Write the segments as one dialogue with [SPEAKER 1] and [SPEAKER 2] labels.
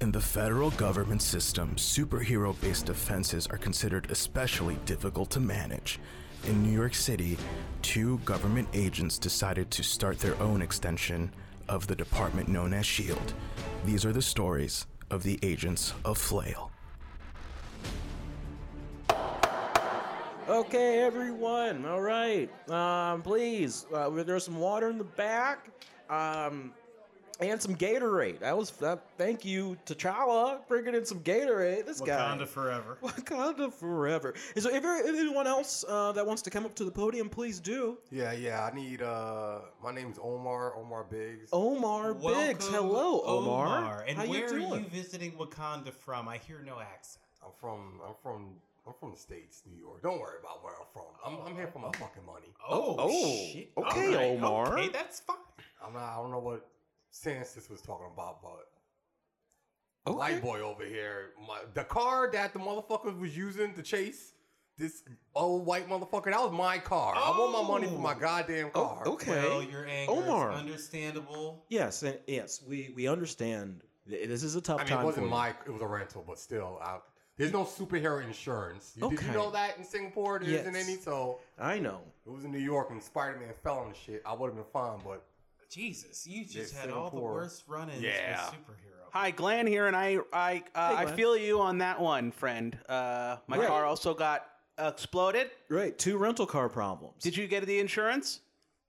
[SPEAKER 1] In the federal government system, superhero based offenses are considered especially difficult to manage. In New York City, two government agents decided to start their own extension of the department known as SHIELD. E These are the stories of the agents of Flail.
[SPEAKER 2] Okay, everyone. All right. Um, please, uh, there's some water in the back, um, and some Gatorade. That was that. Thank you, T'Challa, bringing in some Gatorade. This guy.
[SPEAKER 3] Wakanda forever.
[SPEAKER 2] Wakanda forever. So, if there- if anyone else uh, that wants to come up to the podium, please do.
[SPEAKER 4] Yeah, yeah. I need. Uh, my name's Omar. Omar Biggs.
[SPEAKER 2] Oh. Omar Biggs. Hello, Omar.
[SPEAKER 3] And
[SPEAKER 2] How
[SPEAKER 3] where
[SPEAKER 2] you doing?
[SPEAKER 3] are you visiting Wakanda from? I hear no accent.
[SPEAKER 4] I'm from. I'm from. I'm from the states, New York. Don't worry about where I'm from. I'm, I'm here for my fucking money.
[SPEAKER 3] Oh,
[SPEAKER 2] oh,
[SPEAKER 3] shit.
[SPEAKER 2] okay,
[SPEAKER 3] Alright,
[SPEAKER 2] Omar.
[SPEAKER 3] Okay, that's fine.
[SPEAKER 4] I'm not. I don't know what Sans this was talking about, but
[SPEAKER 2] Okay.
[SPEAKER 4] white boy over here, my, the car that the motherfucker was using to chase this old white motherfucker, that was my car. I want my money for my
[SPEAKER 3] Oh.
[SPEAKER 4] goddamn
[SPEAKER 2] Oh,
[SPEAKER 4] car.
[SPEAKER 2] okay.
[SPEAKER 3] Well, your anger
[SPEAKER 2] Omar.
[SPEAKER 3] is understandable.
[SPEAKER 2] Yes, and yes, we we understand. Th- This is a tough
[SPEAKER 4] I mean,
[SPEAKER 2] time
[SPEAKER 4] it wasn't
[SPEAKER 2] for
[SPEAKER 4] my. It was a rental, but still, I, there's no superhero insurance. You, Did
[SPEAKER 2] Okay.
[SPEAKER 4] you know that in Singapore there not
[SPEAKER 2] Yes.
[SPEAKER 4] any? So
[SPEAKER 2] you. I know.
[SPEAKER 4] it was in New York, and Spider Man fell on the shit. I would have been fine, but
[SPEAKER 3] Jesus, you just
[SPEAKER 4] Yeah,
[SPEAKER 3] had all the
[SPEAKER 4] Singapore.
[SPEAKER 3] worst run-ins
[SPEAKER 4] Yeah.
[SPEAKER 3] with superhero.
[SPEAKER 5] Hi, Glenn here, and I I uh,
[SPEAKER 2] Hey,
[SPEAKER 5] I
[SPEAKER 2] Glenn.
[SPEAKER 5] feel you on that one, friend. Uh, my
[SPEAKER 2] Right.
[SPEAKER 5] car also got exploded.
[SPEAKER 2] Right, two rental car problems.
[SPEAKER 5] Did you get the insurance?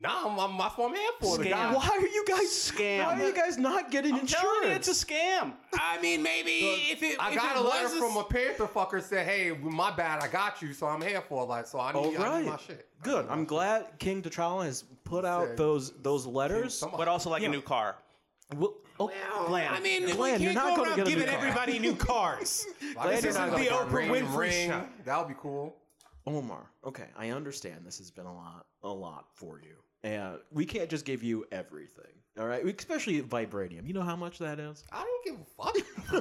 [SPEAKER 4] nah, I'm, I'm, that's what I'm here for. The
[SPEAKER 5] Scam.
[SPEAKER 4] guy-
[SPEAKER 2] Why are you guys
[SPEAKER 5] Scam.
[SPEAKER 2] Why are you guys not getting
[SPEAKER 5] I'm
[SPEAKER 2] insurance?
[SPEAKER 5] telling you, it's a scam.
[SPEAKER 3] I mean, maybe if it
[SPEAKER 4] I
[SPEAKER 3] if
[SPEAKER 4] got
[SPEAKER 3] it
[SPEAKER 4] a letter
[SPEAKER 3] was
[SPEAKER 4] from a Panther fucker said, "Hey, my bad, I got you, so I'm here for like, so I need, I need Oh, my
[SPEAKER 2] Alright.
[SPEAKER 4] shit." I
[SPEAKER 2] Good.
[SPEAKER 4] need my
[SPEAKER 2] I'm
[SPEAKER 4] shit.
[SPEAKER 2] glad King T'Challa has put out
[SPEAKER 4] Said-
[SPEAKER 2] those those letters.
[SPEAKER 4] Somebody-
[SPEAKER 5] But also like a new car.
[SPEAKER 2] Well, oh,
[SPEAKER 5] Glenn.
[SPEAKER 3] I mean,
[SPEAKER 2] Glenn,
[SPEAKER 3] we
[SPEAKER 2] you're
[SPEAKER 3] can't
[SPEAKER 2] not
[SPEAKER 3] go
[SPEAKER 2] gonna
[SPEAKER 3] around
[SPEAKER 2] get a new
[SPEAKER 3] giving
[SPEAKER 2] car.
[SPEAKER 3] everybody new cars.
[SPEAKER 4] Like,
[SPEAKER 2] This
[SPEAKER 4] this
[SPEAKER 2] is
[SPEAKER 4] is
[SPEAKER 2] the
[SPEAKER 4] like a
[SPEAKER 3] Oprah
[SPEAKER 4] ring-
[SPEAKER 3] Winfrey
[SPEAKER 4] ring.
[SPEAKER 3] show.
[SPEAKER 4] That would be cool.
[SPEAKER 2] Omar. Okay, I understand. This has been a lot a lot for you, and we can't just give you everything. All right, especially vibranium. You know how much that is?
[SPEAKER 4] I don't give a fuck.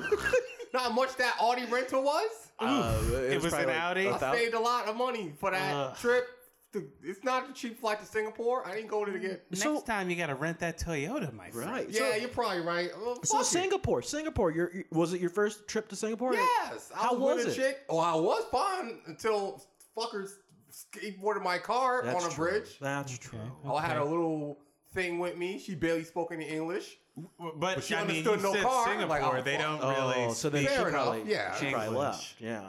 [SPEAKER 4] Not how much that Audi rental was.
[SPEAKER 2] Uh,
[SPEAKER 5] It was
[SPEAKER 2] probably
[SPEAKER 5] an Audi?
[SPEAKER 2] a
[SPEAKER 4] I
[SPEAKER 2] thou-
[SPEAKER 4] saved a lot of money for that
[SPEAKER 2] Ugh.
[SPEAKER 4] trip. To, it's not a cheap flight to Singapore. I didn't go to get.
[SPEAKER 2] So-
[SPEAKER 3] Next time you got to rent that Toyota, my friend.
[SPEAKER 2] Right.
[SPEAKER 4] Yeah,
[SPEAKER 2] so-
[SPEAKER 4] you're probably right. Well,
[SPEAKER 2] So
[SPEAKER 4] fuck it.
[SPEAKER 2] Singapore, Singapore. Your your- was it your first trip to Singapore?
[SPEAKER 4] Yes. I
[SPEAKER 2] How
[SPEAKER 4] was,
[SPEAKER 2] was
[SPEAKER 4] with
[SPEAKER 2] it?
[SPEAKER 4] a chick. Oh, I was fine until fuckers skateboarded my car
[SPEAKER 2] That's
[SPEAKER 4] on a
[SPEAKER 2] true.
[SPEAKER 4] bridge.
[SPEAKER 2] That's true.
[SPEAKER 4] Oh, I had a little thing with me. She barely spoke any English.
[SPEAKER 3] But,
[SPEAKER 4] But she
[SPEAKER 3] I mean, you
[SPEAKER 4] understood no
[SPEAKER 3] said
[SPEAKER 4] car. I'm
[SPEAKER 3] Singapore,
[SPEAKER 4] like, oh,
[SPEAKER 3] they
[SPEAKER 4] fuck.
[SPEAKER 3] don't really.
[SPEAKER 2] Oh, so then
[SPEAKER 3] speak
[SPEAKER 2] she
[SPEAKER 4] Fair enough,
[SPEAKER 2] probably
[SPEAKER 4] yeah.
[SPEAKER 2] she probably
[SPEAKER 3] English.
[SPEAKER 2] left. Yeah.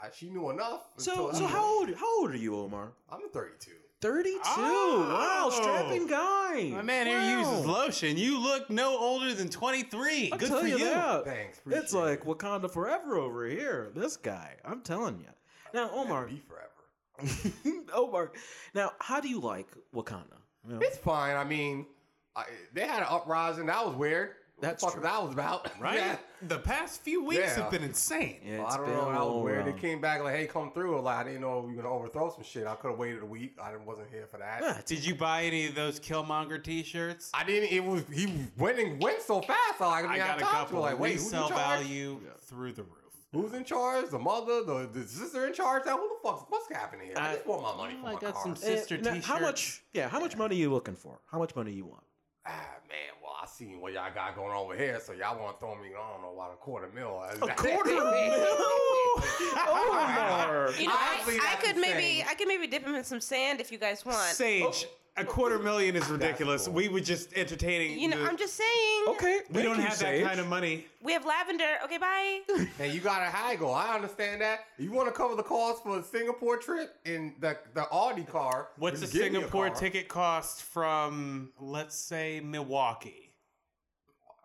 [SPEAKER 4] I- She knew enough.
[SPEAKER 2] So
[SPEAKER 4] until
[SPEAKER 2] so
[SPEAKER 4] I-
[SPEAKER 2] how old how old are you, Omar?
[SPEAKER 4] I'm 32.
[SPEAKER 2] Thirty two.
[SPEAKER 3] Oh.
[SPEAKER 2] Wow, strapping guy.
[SPEAKER 3] My man here
[SPEAKER 2] Wow.
[SPEAKER 3] uses lotion. You look no older than 23.
[SPEAKER 2] I'll
[SPEAKER 3] Good
[SPEAKER 2] tell
[SPEAKER 3] for you.
[SPEAKER 2] that.
[SPEAKER 4] Thanks. appreciate
[SPEAKER 2] It's like
[SPEAKER 4] it.
[SPEAKER 2] Wakanda forever over here. This guy, I'm telling you. Now, Omar,
[SPEAKER 4] Be forever.
[SPEAKER 2] Omar. Now, how do you like Wakanda? You know,
[SPEAKER 4] It's fine. I mean, I, they had an uprising. That was weird. What
[SPEAKER 2] That's
[SPEAKER 4] the fuck
[SPEAKER 2] true.
[SPEAKER 4] that was about.
[SPEAKER 3] Right?
[SPEAKER 4] Yeah.
[SPEAKER 3] The past few weeks
[SPEAKER 4] Yeah.
[SPEAKER 3] have been insane.
[SPEAKER 2] yeah,
[SPEAKER 4] Well,
[SPEAKER 2] it's
[SPEAKER 4] I don't
[SPEAKER 2] been
[SPEAKER 4] know.
[SPEAKER 2] a
[SPEAKER 4] That was
[SPEAKER 2] little
[SPEAKER 4] weird. They
[SPEAKER 2] round.
[SPEAKER 4] came back like, "Hey, come through." Like, I didn't know we were gonna overthrow some shit. I could have waited a week. I didn't- wasn't here for that.
[SPEAKER 2] Yeah, it's-
[SPEAKER 3] Did you buy any of those Killmonger t shirts?
[SPEAKER 4] I didn't. It was he went and went so fast. I, like, I, got a couple. Like, wait, who's in
[SPEAKER 3] Resale
[SPEAKER 4] charge?
[SPEAKER 3] value Oh through the roof.
[SPEAKER 4] Who's in charge? The mother, the, the sister in charge. Now, who the fuck's what's happening here? I,
[SPEAKER 2] I-
[SPEAKER 4] just want my money for
[SPEAKER 3] I
[SPEAKER 4] my
[SPEAKER 3] got
[SPEAKER 4] car.
[SPEAKER 3] some
[SPEAKER 2] Eh,
[SPEAKER 3] sister
[SPEAKER 6] Uh,
[SPEAKER 2] now,
[SPEAKER 3] t shirts.
[SPEAKER 2] How much? Yeah, how much money are you looking for? How much money you want?
[SPEAKER 4] Ah man, well I seen what y'all got going on over here, so y'all want to throw me I don't know about a quarter mil. A
[SPEAKER 2] Quarter mil. Omar.
[SPEAKER 6] You
[SPEAKER 4] Honestly,
[SPEAKER 6] know, I,
[SPEAKER 4] that's
[SPEAKER 6] I could maybe
[SPEAKER 4] insane.
[SPEAKER 6] I could maybe dip him in some sand if you guys want.
[SPEAKER 3] Sage, a quarter million is ridiculous.
[SPEAKER 4] cool.
[SPEAKER 3] We were just entertaining.
[SPEAKER 6] Oh. You know,
[SPEAKER 3] the-
[SPEAKER 6] I'm just saying.
[SPEAKER 2] Okay,
[SPEAKER 3] We don't have that kind of money.
[SPEAKER 6] We have lavender. Okay, bye.
[SPEAKER 4] And you got a haggle. I understand that. You want to cover the cost for a Singapore trip in the the Audi car.
[SPEAKER 3] What's a
[SPEAKER 4] then give me
[SPEAKER 3] Singapore
[SPEAKER 4] car.
[SPEAKER 3] ticket cost from, let's say, Milwaukee?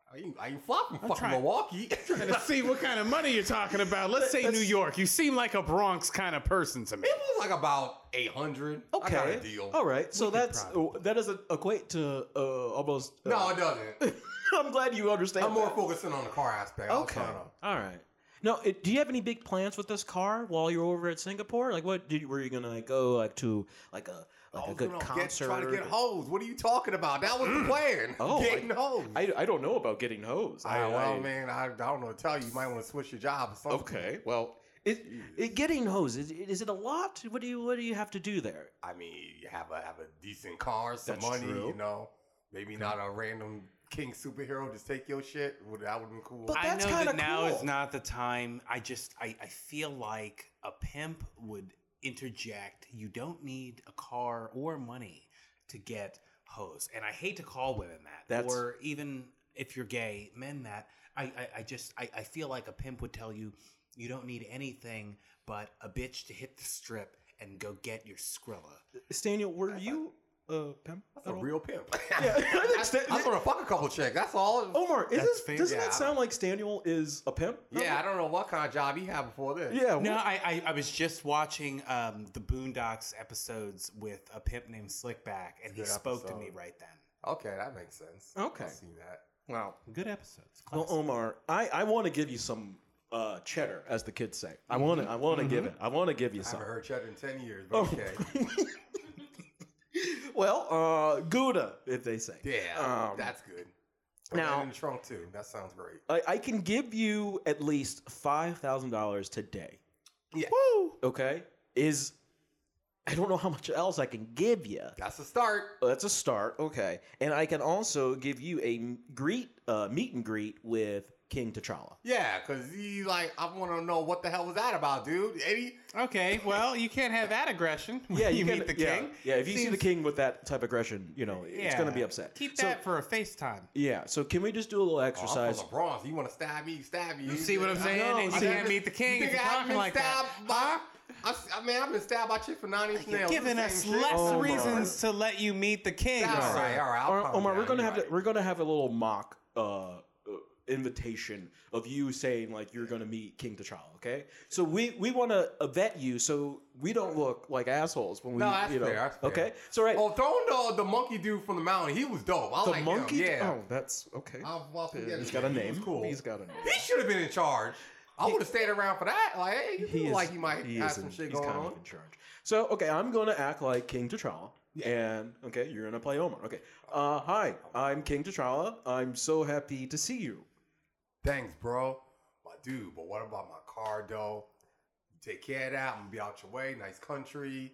[SPEAKER 4] Are you, are you flopping fucking
[SPEAKER 3] trying-
[SPEAKER 4] Milwaukee?
[SPEAKER 3] And to see what kind of money you're talking about, let's say New York. You seem like a Bronx kind of person to me.
[SPEAKER 4] It was like about eight hundred. I got
[SPEAKER 2] Okay.
[SPEAKER 4] a deal.
[SPEAKER 2] All right. So that's uh, that doesn't equate to uh, almost. uh,
[SPEAKER 4] No, it doesn't.
[SPEAKER 2] I'm glad you understand.
[SPEAKER 4] I'm more
[SPEAKER 2] that.
[SPEAKER 4] focusing on the car aspect. I was
[SPEAKER 2] Okay.
[SPEAKER 4] trying to-
[SPEAKER 2] All right. Now, it, do you have any big plans with this car while you're over at Singapore? Like, what did you, were you gonna like, go like to like a like
[SPEAKER 4] I
[SPEAKER 2] a
[SPEAKER 4] was
[SPEAKER 2] good
[SPEAKER 4] gonna Oh, get,
[SPEAKER 2] concert?
[SPEAKER 4] try to get hoes. What are you talking about? That was the plan.
[SPEAKER 2] Oh,
[SPEAKER 4] getting
[SPEAKER 2] I-
[SPEAKER 4] hoes.
[SPEAKER 2] I, I don't know about getting hosed. I,
[SPEAKER 4] Ah, well,
[SPEAKER 2] I-
[SPEAKER 4] man, I, I don't know. what to Tell you, you might want to switch your job or something.
[SPEAKER 2] Okay. Well, is, is getting hosed is, is it a lot? What do you what do you have to do there?
[SPEAKER 4] I mean, you have a have a decent car, some
[SPEAKER 2] That's
[SPEAKER 4] money,
[SPEAKER 2] true.
[SPEAKER 4] you know. Maybe not a random king superhero just take your shit, would that would have been cool.
[SPEAKER 2] But
[SPEAKER 4] I,
[SPEAKER 2] that's
[SPEAKER 5] I know
[SPEAKER 2] kinda
[SPEAKER 5] that now
[SPEAKER 2] cool.
[SPEAKER 5] is not the time. I just I, I feel like a pimp would interject. You don't need a car or money to get hoes, and I hate to call women that.
[SPEAKER 2] That's-
[SPEAKER 5] or even if you're gay, men that. I I, I just I, I feel like a pimp would tell you you don't need anything but a bitch to hit the strip and go get your Skrilla.
[SPEAKER 2] Staniel, were you a pimp?
[SPEAKER 4] that's a real pimp.
[SPEAKER 2] Yeah, I think Stan-
[SPEAKER 4] I'm gonna fuck a couple chicks. That's all.
[SPEAKER 2] Omar, is
[SPEAKER 5] That's
[SPEAKER 2] this,
[SPEAKER 5] fair.
[SPEAKER 2] doesn't
[SPEAKER 4] Yeah.
[SPEAKER 2] that sound like Staniel is a pimp?
[SPEAKER 4] yeah, I don't know what kind of job he had before this.
[SPEAKER 2] Yeah.
[SPEAKER 5] No,
[SPEAKER 2] wh-
[SPEAKER 5] I, I, I was just watching um, the Boondocks episodes with a pimp named Slickback, and he
[SPEAKER 4] Good
[SPEAKER 5] spoke to
[SPEAKER 4] episode.
[SPEAKER 5] me right then.
[SPEAKER 4] Okay, that makes sense.
[SPEAKER 2] Okay.
[SPEAKER 4] I see that.
[SPEAKER 2] Wow.
[SPEAKER 5] Good episodes.
[SPEAKER 2] Well, Omar, I, I want to give you some uh, cheddar, as the kids say. I want to I want to give it. I want to give you
[SPEAKER 4] I
[SPEAKER 2] some.
[SPEAKER 4] haven't Mm-hmm. heard cheddar in ten years, but
[SPEAKER 2] Oh.
[SPEAKER 4] okay.
[SPEAKER 2] Well, uh, Gouda, if they say.
[SPEAKER 4] Yeah,
[SPEAKER 2] Um,
[SPEAKER 4] that's good.
[SPEAKER 2] now-
[SPEAKER 4] Now in the trunk too. That sounds great.
[SPEAKER 2] I, I can give you at least five thousand dollars today.
[SPEAKER 4] Yeah.
[SPEAKER 2] Okay. Is I don't know how much else I can give you.
[SPEAKER 4] That's a start.
[SPEAKER 2] That's a start. Okay. And I can also give you a m- greet, uh, meet and greet with King T'Challa.
[SPEAKER 4] Yeah, cause he like I want to know what the hell was that about, dude. Eddie,
[SPEAKER 3] Okay, well, you can't have that aggression. When
[SPEAKER 2] oh. Yeah,
[SPEAKER 3] you,
[SPEAKER 2] can-
[SPEAKER 3] meet the
[SPEAKER 2] yeah,
[SPEAKER 3] king.
[SPEAKER 2] Yeah, if you see the
[SPEAKER 3] Seems-
[SPEAKER 2] king with that type of aggression, you know, it's
[SPEAKER 3] Yeah.
[SPEAKER 2] going to be upset.
[SPEAKER 3] keep
[SPEAKER 2] So-
[SPEAKER 3] that for a FaceTime.
[SPEAKER 2] Yeah, so can we just do a little
[SPEAKER 4] oh, I'm
[SPEAKER 2] exercise?
[SPEAKER 4] from LeBron. So you want to stab me? Stab you.
[SPEAKER 3] You see what I'm
[SPEAKER 4] I
[SPEAKER 3] saying?
[SPEAKER 4] know,
[SPEAKER 3] and you
[SPEAKER 4] I
[SPEAKER 3] can't
[SPEAKER 4] haven't-
[SPEAKER 3] meet the king.
[SPEAKER 4] You
[SPEAKER 3] if
[SPEAKER 4] think I
[SPEAKER 3] you're
[SPEAKER 4] haven't
[SPEAKER 3] talking
[SPEAKER 4] been
[SPEAKER 3] like that.
[SPEAKER 4] stabbed by? I, s- I mean, I've been stabbed by chick for nine inch
[SPEAKER 3] You're
[SPEAKER 4] nails.
[SPEAKER 3] giving us
[SPEAKER 4] It's the same shit.
[SPEAKER 3] less
[SPEAKER 2] Oh,
[SPEAKER 3] reasons to let you meet the king.
[SPEAKER 4] All
[SPEAKER 3] sir.
[SPEAKER 4] right, all right. I'll
[SPEAKER 2] Omar,
[SPEAKER 4] calm
[SPEAKER 2] Omar, we're
[SPEAKER 4] down,
[SPEAKER 2] gonna
[SPEAKER 4] you're
[SPEAKER 2] have to,
[SPEAKER 4] right.
[SPEAKER 2] we're gonna have a little mock uh, uh, invitation of you saying like you're gonna meet King T'Challa. Okay, so we we want to vet you so we don't look like assholes when we
[SPEAKER 4] No, that's
[SPEAKER 2] you know.
[SPEAKER 4] fair, that's fair.
[SPEAKER 2] Okay, so right,
[SPEAKER 4] Oh, throwing the the monkey dude from the mountain. He was dope. I
[SPEAKER 2] the
[SPEAKER 4] like
[SPEAKER 2] monkey.
[SPEAKER 4] Him. Yeah.
[SPEAKER 2] Oh, that's okay. Uh,
[SPEAKER 4] I'll- I'll forget
[SPEAKER 2] He's
[SPEAKER 4] it.
[SPEAKER 2] got a
[SPEAKER 4] He
[SPEAKER 2] name.
[SPEAKER 4] was cool.
[SPEAKER 2] He's got a name.
[SPEAKER 4] He should have been in charge. I would have stayed around for that. Like, hey, you
[SPEAKER 2] He
[SPEAKER 4] feel
[SPEAKER 2] is-
[SPEAKER 4] like you might
[SPEAKER 2] he
[SPEAKER 4] have
[SPEAKER 2] is
[SPEAKER 4] some
[SPEAKER 2] in-
[SPEAKER 4] shit
[SPEAKER 2] he's
[SPEAKER 4] going
[SPEAKER 2] kind
[SPEAKER 4] on.
[SPEAKER 2] of in charge. So okay, I'm gonna act like King T'Challa, and okay, you're gonna play Omar. Okay, uh, hi, I'm King T'Challa. I'm so happy to see you.
[SPEAKER 4] Thanks, bro. My dude, but what about my car, though? You take care of that. I'm gonna be out your way. Nice country.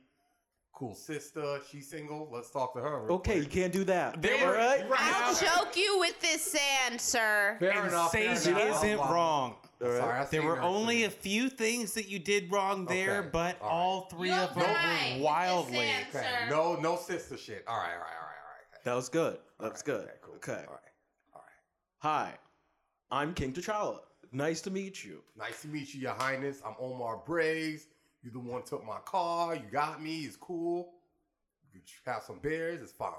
[SPEAKER 4] Cool sister. She's single. Let's talk to her. real
[SPEAKER 2] Okay, you
[SPEAKER 4] quick.
[SPEAKER 2] can't do that.
[SPEAKER 3] There-
[SPEAKER 2] All right.
[SPEAKER 6] I'll choke you with this sand, sir.
[SPEAKER 4] Fair
[SPEAKER 3] And
[SPEAKER 4] enough. fair
[SPEAKER 3] Sage
[SPEAKER 4] enough.
[SPEAKER 3] isn't
[SPEAKER 4] Blah, blah, blah.
[SPEAKER 3] wrong.
[SPEAKER 2] All right.
[SPEAKER 4] Sorry, I
[SPEAKER 3] There
[SPEAKER 4] seen
[SPEAKER 3] were
[SPEAKER 4] her
[SPEAKER 3] only
[SPEAKER 4] too.
[SPEAKER 3] a few things that you did wrong there,
[SPEAKER 4] Okay,
[SPEAKER 3] but
[SPEAKER 4] all right.
[SPEAKER 3] all 3
[SPEAKER 6] You'll
[SPEAKER 3] of them
[SPEAKER 6] die with
[SPEAKER 3] were
[SPEAKER 6] this
[SPEAKER 3] wildly.
[SPEAKER 6] sand,
[SPEAKER 4] Okay,
[SPEAKER 6] sir.
[SPEAKER 4] No, no sister shit. All right, all right, all right, all right.
[SPEAKER 2] That was good. That was
[SPEAKER 4] Alright,
[SPEAKER 2] good.
[SPEAKER 4] okay, cool.
[SPEAKER 2] Okay.
[SPEAKER 4] Alright.
[SPEAKER 2] Hi, I'm King T'Challa. Nice to meet you.
[SPEAKER 4] Nice to meet you, Your Highness. I'm Omar Briggs. You the one took my car. You got me. It's cool. You tr- have some beers. It's fine.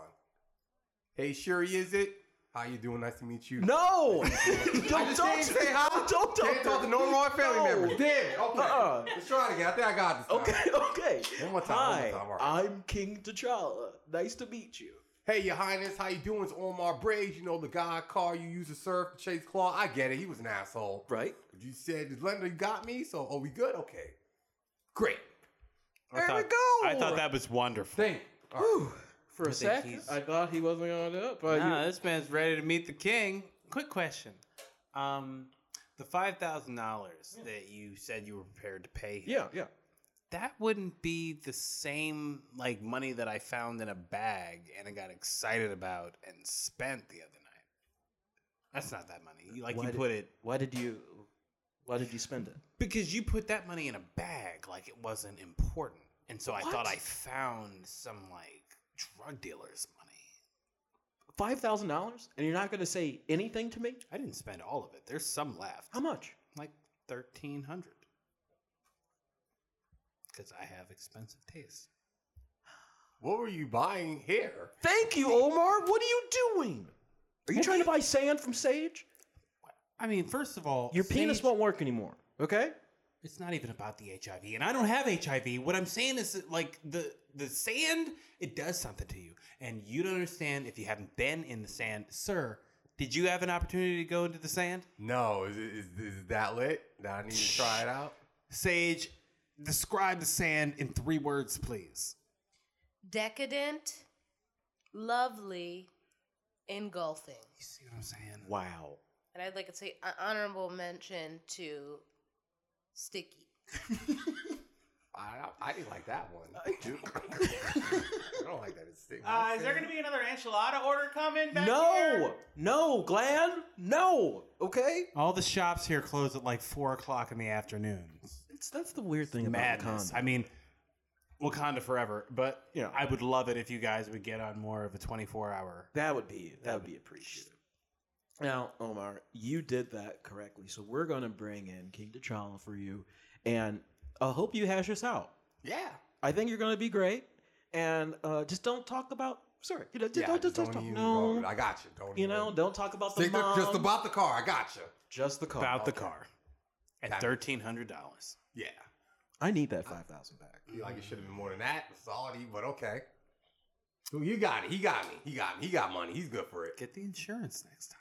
[SPEAKER 4] Hey, Shuri, is it? How you doing? Nice to meet you.
[SPEAKER 2] No, don't
[SPEAKER 4] just can't say hi.
[SPEAKER 2] Don't
[SPEAKER 4] Can't talk to no more family
[SPEAKER 2] No.
[SPEAKER 4] members. Damn. Okay.
[SPEAKER 2] Uh-uh.
[SPEAKER 4] Let's try it again. I think I got this.
[SPEAKER 2] Okay,
[SPEAKER 4] Time.
[SPEAKER 2] okay.
[SPEAKER 4] One more time, one
[SPEAKER 2] Hi,
[SPEAKER 4] more time, all right.
[SPEAKER 2] I'm King T'Challa. Nice to meet you.
[SPEAKER 4] Hey, Your Highness, how you doing? It's Omar Briggs. You know the guy car you used to serve to chase Claw. I get it. He was an asshole.
[SPEAKER 2] Right?
[SPEAKER 4] But You said Linda, you got me. So are we good? Okay. Great.
[SPEAKER 2] There we go.
[SPEAKER 3] I thought that was wonderful.
[SPEAKER 4] Thank. you. All right.
[SPEAKER 2] Whew. For a
[SPEAKER 3] think
[SPEAKER 2] second,
[SPEAKER 3] he's-
[SPEAKER 2] I thought he wasn't gonna do it, but
[SPEAKER 3] Nah,
[SPEAKER 2] you,
[SPEAKER 3] this man's ready to meet the king. Quick question. Um, the five thousand dollars that you said you were prepared to pay him,
[SPEAKER 2] yeah, yeah.
[SPEAKER 3] that wouldn't be the same like money that I found in a bag and I got excited about and spent the other night. That's not that money. You, like
[SPEAKER 2] Why
[SPEAKER 3] you
[SPEAKER 2] did-
[SPEAKER 3] put it
[SPEAKER 2] Why did you? Why did you spend it?
[SPEAKER 3] because you put that money in a bag like it wasn't important. And so I
[SPEAKER 2] What?
[SPEAKER 3] thought I found some like drug dealer's money.
[SPEAKER 2] Five thousand dollars, and you're not gonna say anything to me?
[SPEAKER 3] I didn't spend all of it. There's some left.
[SPEAKER 2] How much?
[SPEAKER 3] like thirteen hundred. Because I have expensive taste.
[SPEAKER 4] What were you buying here?
[SPEAKER 2] Thank you, Omar. What are you doing? Are you trying to buy sand from Sage?
[SPEAKER 3] I mean, first of all,
[SPEAKER 2] Your penis
[SPEAKER 3] Sage-
[SPEAKER 2] won't work anymore. Okay?
[SPEAKER 3] It's not even about the HIV, and I don't have HIV. What I'm saying is, that, like the the sand, it does something to you, and you don't understand if you haven't been in the sand, sir. Did you have an opportunity to go into the sand,
[SPEAKER 4] No, is it, is, is it that lit? That I need to try it out.
[SPEAKER 3] Sage? Describe the sand in three words, please.
[SPEAKER 6] Decadent, lovely, engulfing.
[SPEAKER 3] You see what I'm saying?
[SPEAKER 2] Wow.
[SPEAKER 6] And I'd like to say an honorable mention to Sticky.
[SPEAKER 4] I, I didn't like that one. I don't like that distinction.
[SPEAKER 7] Uh, is there going to be another enchilada order coming? Back
[SPEAKER 2] No,
[SPEAKER 7] here?
[SPEAKER 2] no, Glenn, no. Okay,
[SPEAKER 3] All the shops here close at like four o'clock in the afternoon.
[SPEAKER 2] it's, that's the weird thing about
[SPEAKER 3] Madness.
[SPEAKER 2] Wakanda.
[SPEAKER 3] I mean, Wakanda forever. But you know,
[SPEAKER 2] Yeah.
[SPEAKER 3] I would love it if you guys would get on more of a twenty-four hour.
[SPEAKER 2] That would be that would be appreciated. Now, Omar, you did that correctly, so we're gonna bring in King T'Challa for you, and I hope you hash this out.
[SPEAKER 4] yeah.
[SPEAKER 2] I think you're gonna be great, and uh, just don't talk about. Sorry, you know, just, don't, just,
[SPEAKER 4] don't
[SPEAKER 2] just don't,
[SPEAKER 4] even
[SPEAKER 2] no,
[SPEAKER 4] go- I got you. Don't
[SPEAKER 2] you
[SPEAKER 4] even-
[SPEAKER 2] know, don't talk about the
[SPEAKER 4] Stick to
[SPEAKER 2] mom,
[SPEAKER 4] just about the car. I got you.
[SPEAKER 2] just the car.
[SPEAKER 3] About the car at
[SPEAKER 4] Got it.
[SPEAKER 3] thirteen hundred dollars.
[SPEAKER 4] Yeah.
[SPEAKER 2] I need that five thousand back.
[SPEAKER 4] Feel like it should have been more than that. It's solid, but okay. So you got it. He got me. He got me. He got money. He's good for it.
[SPEAKER 3] Get the insurance next time.